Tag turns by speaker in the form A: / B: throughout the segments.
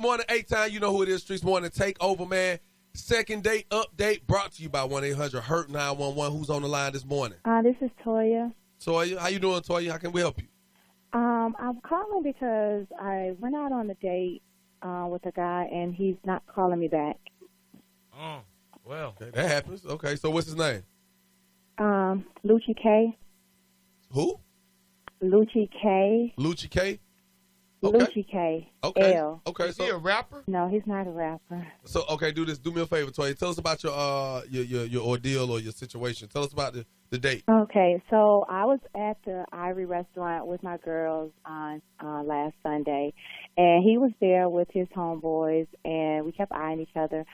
A: morning, eight time. You know who it is. Streets morning takeover, man. Second date update brought to you by one eight hundred Hurt nine one one. Who's on the line this morning?
B: Uh, this is Toya.
A: Toya, how you doing, Toya? How can we help you?
B: Um, I'm calling because I went out on a date uh, with a guy and he's not calling me back.
C: Oh, well.
A: Okay, that happens. Okay, so what's his name?
B: Um, Lucci K.
A: Who?
B: Lucci K.
A: Lucci K. Okay.
B: Lucci K.
A: Okay.
B: L.
A: Okay.
C: Is he a
A: So,
C: rapper?
B: No, he's not a rapper.
A: so okay, do this. Do me a favor, Toya. Tell us about your uh your your, your ordeal or your situation. Tell us about the, the date.
B: Okay, so I was at the Ivory restaurant with my girls on uh, last Sunday, and he was there with his homeboys, and we kept eyeing each other.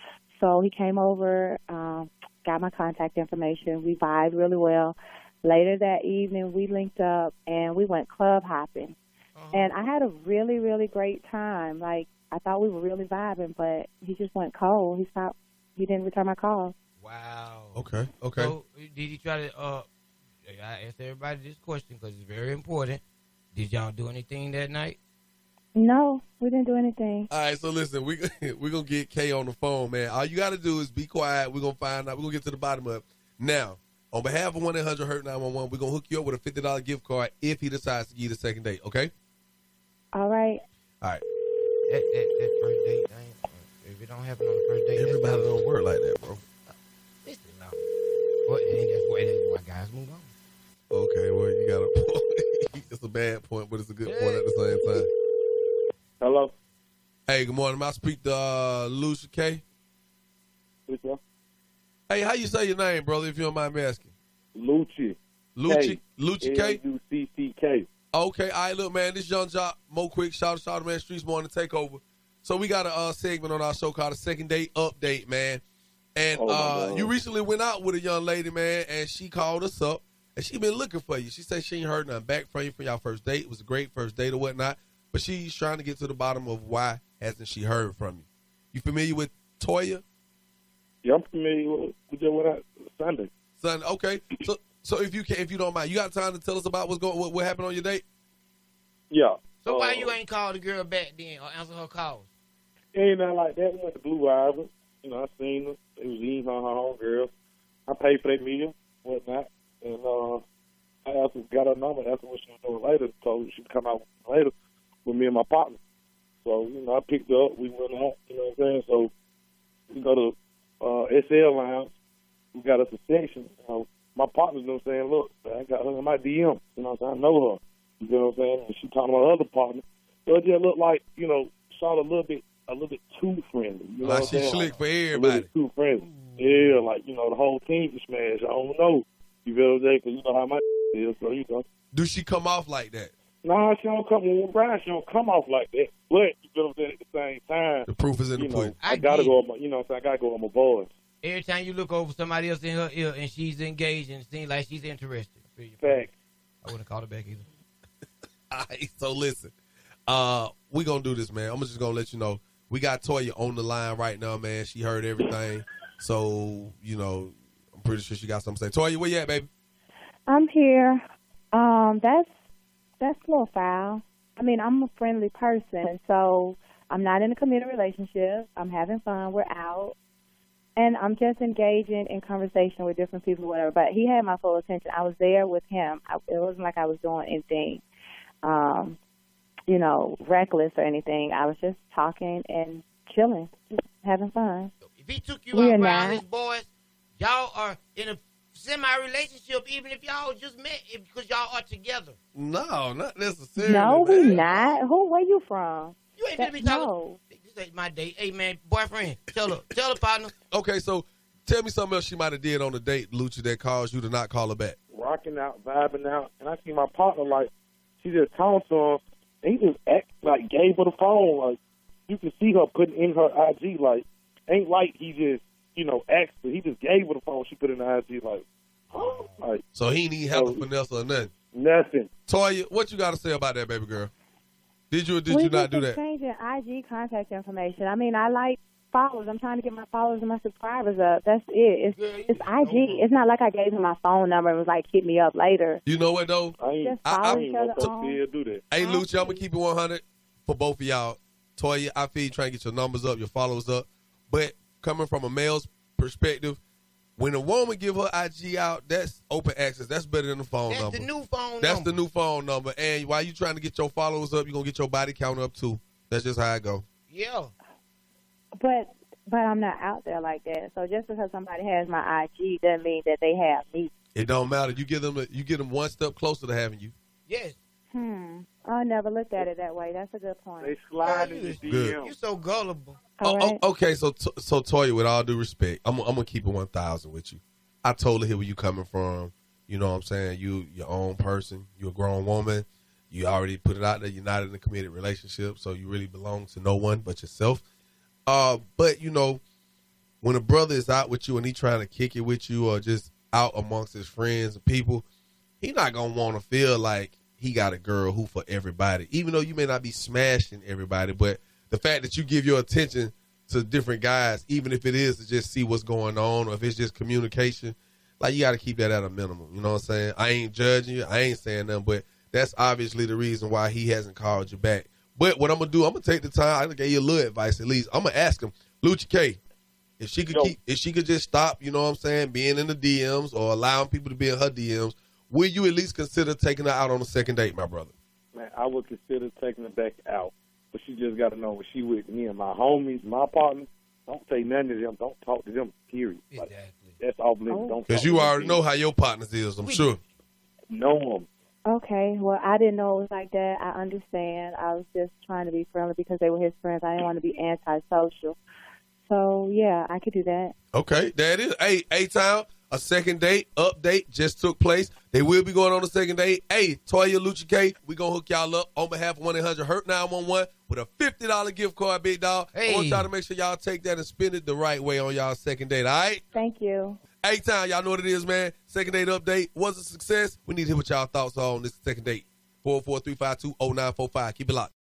B: So he came over, um, got my contact information. We vibed really well. Later that evening, we linked up and we went club hopping,
C: Uh-huh.
B: and I had a really really great time. Like I thought we were really vibing, but he just went cold. He stopped. He didn't return my call.
C: Wow.
A: Okay. Okay.
C: So, did you try to? Uh, I asked everybody this question because it's very important. Did y'all do anything that night?
B: No, we didn't do anything.
A: All right, so listen, we we're gonna get Kay on the phone, man. All you gotta do is be quiet. We're gonna find out. We're gonna get to the bottom of it. Now, on behalf of one eight hundred Hurt nine one one, we're gonna hook you up with a fifty dollar gift card if he decides to give you the second date. Okay?
B: All right.
A: All right.
C: That that, that first date thing. If it don't happen on the first date, that's
A: Everybody
C: not-
A: don't work like that, bro.
C: Listen, no. Well, and that's why that's why guys move on.
A: Okay, well you got a point. it's a bad point, but it's a good point at the same time.
D: Hello,
A: Hey, good morning. May I speak to uh, Lucia K.
D: who's there?
A: Hey, how you say your name, brother? If you don't mind me asking,
D: Lucci.
A: Lucci Lucci K.
D: L U C C K.
A: Okay, all right, look, man, this young jock, Mo Quick, shout out, shout out, man, Streets Morning Takeover. So we got a uh, segment on our show called the Second Date Update, man. And
D: Oh, my
A: uh,
D: God.
A: you recently went out with a young lady, man, and she called us up, and she been looking for you. She said she ain't heard nothing back from you from y'all first date. It was a great first date or whatnot, but she's trying to get to the bottom of why hasn't she heard from you. You familiar with Toya?
D: Yeah, I'm familiar with, with your what I, Sunday.
A: Son, okay. So, so if you can, if you don't mind, you got time to tell us about what's going, what, what happened on your date?
D: Yeah.
C: So
D: Uh,
C: why you ain't called the girl back then or answer her calls?
D: Ain't nothing like that. We went to Blue Island. You know, I seen them. They was eating on her home girl. I paid for their meal, whatnot, and uh, I asked her, got her number. That's what she was doing later. Told her she'd come out later with me and my partner. So you know, I picked her up. We went out. You know what I'm saying? So we go to uh, SL Lounge. We got us a section. You know, my partner's you know what I'm saying, look, I got her in my DM. You know what I'm saying? I know her. You know what I'm saying? And she talking about her other partner. So it just looked like, you know, saw a little bit a little bit too friendly. You know
A: Like
D: what I'm
A: she
D: saying?
A: slick for
D: A little
A: everybody.
D: bit too friendly. Yeah, like, you know, the whole team just smashed. I don't know. You feel what I'm saying? 'Cause you know how my is, so you know.
A: Do she come off like that?
D: Nah, she don't come when Brian, she don't come off like that. But you feel what I'm saying at the same time,
A: The proof is in the
D: you know,
A: pudding.
D: I,
C: I
D: gotta
C: get
D: go on my you know what I'm saying, I gotta go on my boys.
C: Every time you look over somebody else in her ear and she's engaged and seems like she's interested.
D: Fact.
C: I wouldn't call her back either.
A: All right, so listen, uh, we gonna do this, man. I'm just gonna let you know we got Toya on the line right now, man. She heard everything, so you know I'm pretty sure she got something to say. Toya, where you at, baby?
B: I'm here. Um, that's that's a little foul. I mean, I'm a friendly person, so I'm not in a committed relationship. I'm having fun. We're out, and I'm just engaging in conversation with different people, whatever. But he had my full attention. I was there with him. I, it wasn't like I was doing anything, um, you know, reckless or anything. I was just talking and chilling, just having fun.
C: If he took you
B: We are
C: out around
B: not.
C: his boys, y'all are in a semi relationship, even if y'all just met, because y'all are together.
A: No, not necessarily.
B: No, we
A: man.
B: not. Who? Where you from?
C: You ain't
B: That-
C: gonna be talking.
B: no.
C: This ain't my date. Hey man, boyfriend, tell her, tell her partner.
A: Okay, so tell me something else she might have did on the date, Lucha, that caused you to not call her back.
D: rocking out, vibing out, and I see my partner like she just talked to him, and he just act like gave her the phone. Like you can see her putting in her IG. Like ain't like he just you know asked her. He just gave her the phone. She put in the IG like, huh? like
A: So he ain't even have to
D: Oh.
A: finesse or nothing.
D: nothing.
A: Toya, what you got to say about that, baby girl? Did you or did
B: we
A: you not do
B: just
A: that?
B: Changing IG contact information. I mean, I like followers. I'm trying to get my followers and my subscribers up. That's it. It's
C: Yeah, you
B: it's
C: just
B: IG.
C: over.
B: It's not like I gave him my phone number and was like, hit me up later.
A: You know what though?
D: I ain't,
B: Just
D: I,
A: follow
D: ain't
B: each
D: gonna
B: other on.
D: still do that.
A: Hey, Lucha, I'm gonna keep it 100 for both of y'all. Toya, I feel you trying to get your numbers up, your followers up. But coming from a male's perspective, when a woman give her IG out, that's open access. That's better than the phone
C: That's
A: number.
C: the new phone
A: that's
C: number.
A: the new phone number. And while you trying to get your followers up, you're gonna get your body count up too. That's just how I go.
C: Yeah.
B: But but I'm not out there like that. So just because somebody has my IG doesn't mean that they have me.
A: It don't matter. You get them. You get them one step closer to having you.
C: Yes.
B: Hmm. I never looked at it that way. That's a good point.
D: They slide in the
C: Good.
D: DM.
C: You're so gullible.
B: All
A: Oh,
B: right.
A: oh, okay, so t- so Toya, with all due respect, I'm I'm gonna keep it one thousand with you. I totally hear where you coming from. You know what I'm saying? You your own person. You're a grown woman. You already put it out there. You're not in a committed relationship, so you really belong to no one but yourself. Uh, but you know, when a brother is out with you and he trying to kick it with you, or just out amongst his friends and people, he not gonna want to feel like he got a girl who for everybody. Even though you may not be smashing everybody, but the fact that you give your attention to different guys, even if it is to just see what's going on or if it's just communication, like you got to keep that at a minimum. You know what I'm saying? I ain't judging you. I ain't saying nothing, but that's obviously the reason why he hasn't called you back. But what I'm gonna do, I'm gonna take the time. I done gave you a little advice at least. I'm gonna ask him, Lucha K, if she could
D: Yo.
A: keep, if she could just stop, you know what I'm saying, being in the DMs or allowing people to be in her DMs. Will you at least consider taking her out on a second date, my brother?
D: Man, I would consider taking her back out. But she just got to know when she with me and my homies, my partner, don't say nothing to them. Don't talk to them, period. Like,
C: Exactly.
D: that's off limits.
B: Oh.
D: Don't talk
A: Because
D: to
A: you
D: them,
A: already
D: period.
A: know how your partners is, I'm sure.
D: Know them.
B: Okay, well, I didn't know it was like that. I understand. I was just trying to be friendly because they were his friends. I didn't want to be antisocial. So, yeah, I could do that.
A: Okay, there it is. Hey, A Town, a second date update just took place. They will be going on a second date. Hey, Toya Lucha K, we gonna hook y'all up on behalf of one eight hundred Hurt nine one one with a fifty dollar gift card, big dog. I want
C: Hey.
A: y'all to make sure y'all take that and spend it the right way on y'all second date. All right,
B: Thank you.
A: A Town, y'all know what it is, man. Second date update was a success. We need to hear what y'all thoughts are on this second date. Four four three five two zero oh nine four five. Keep it locked.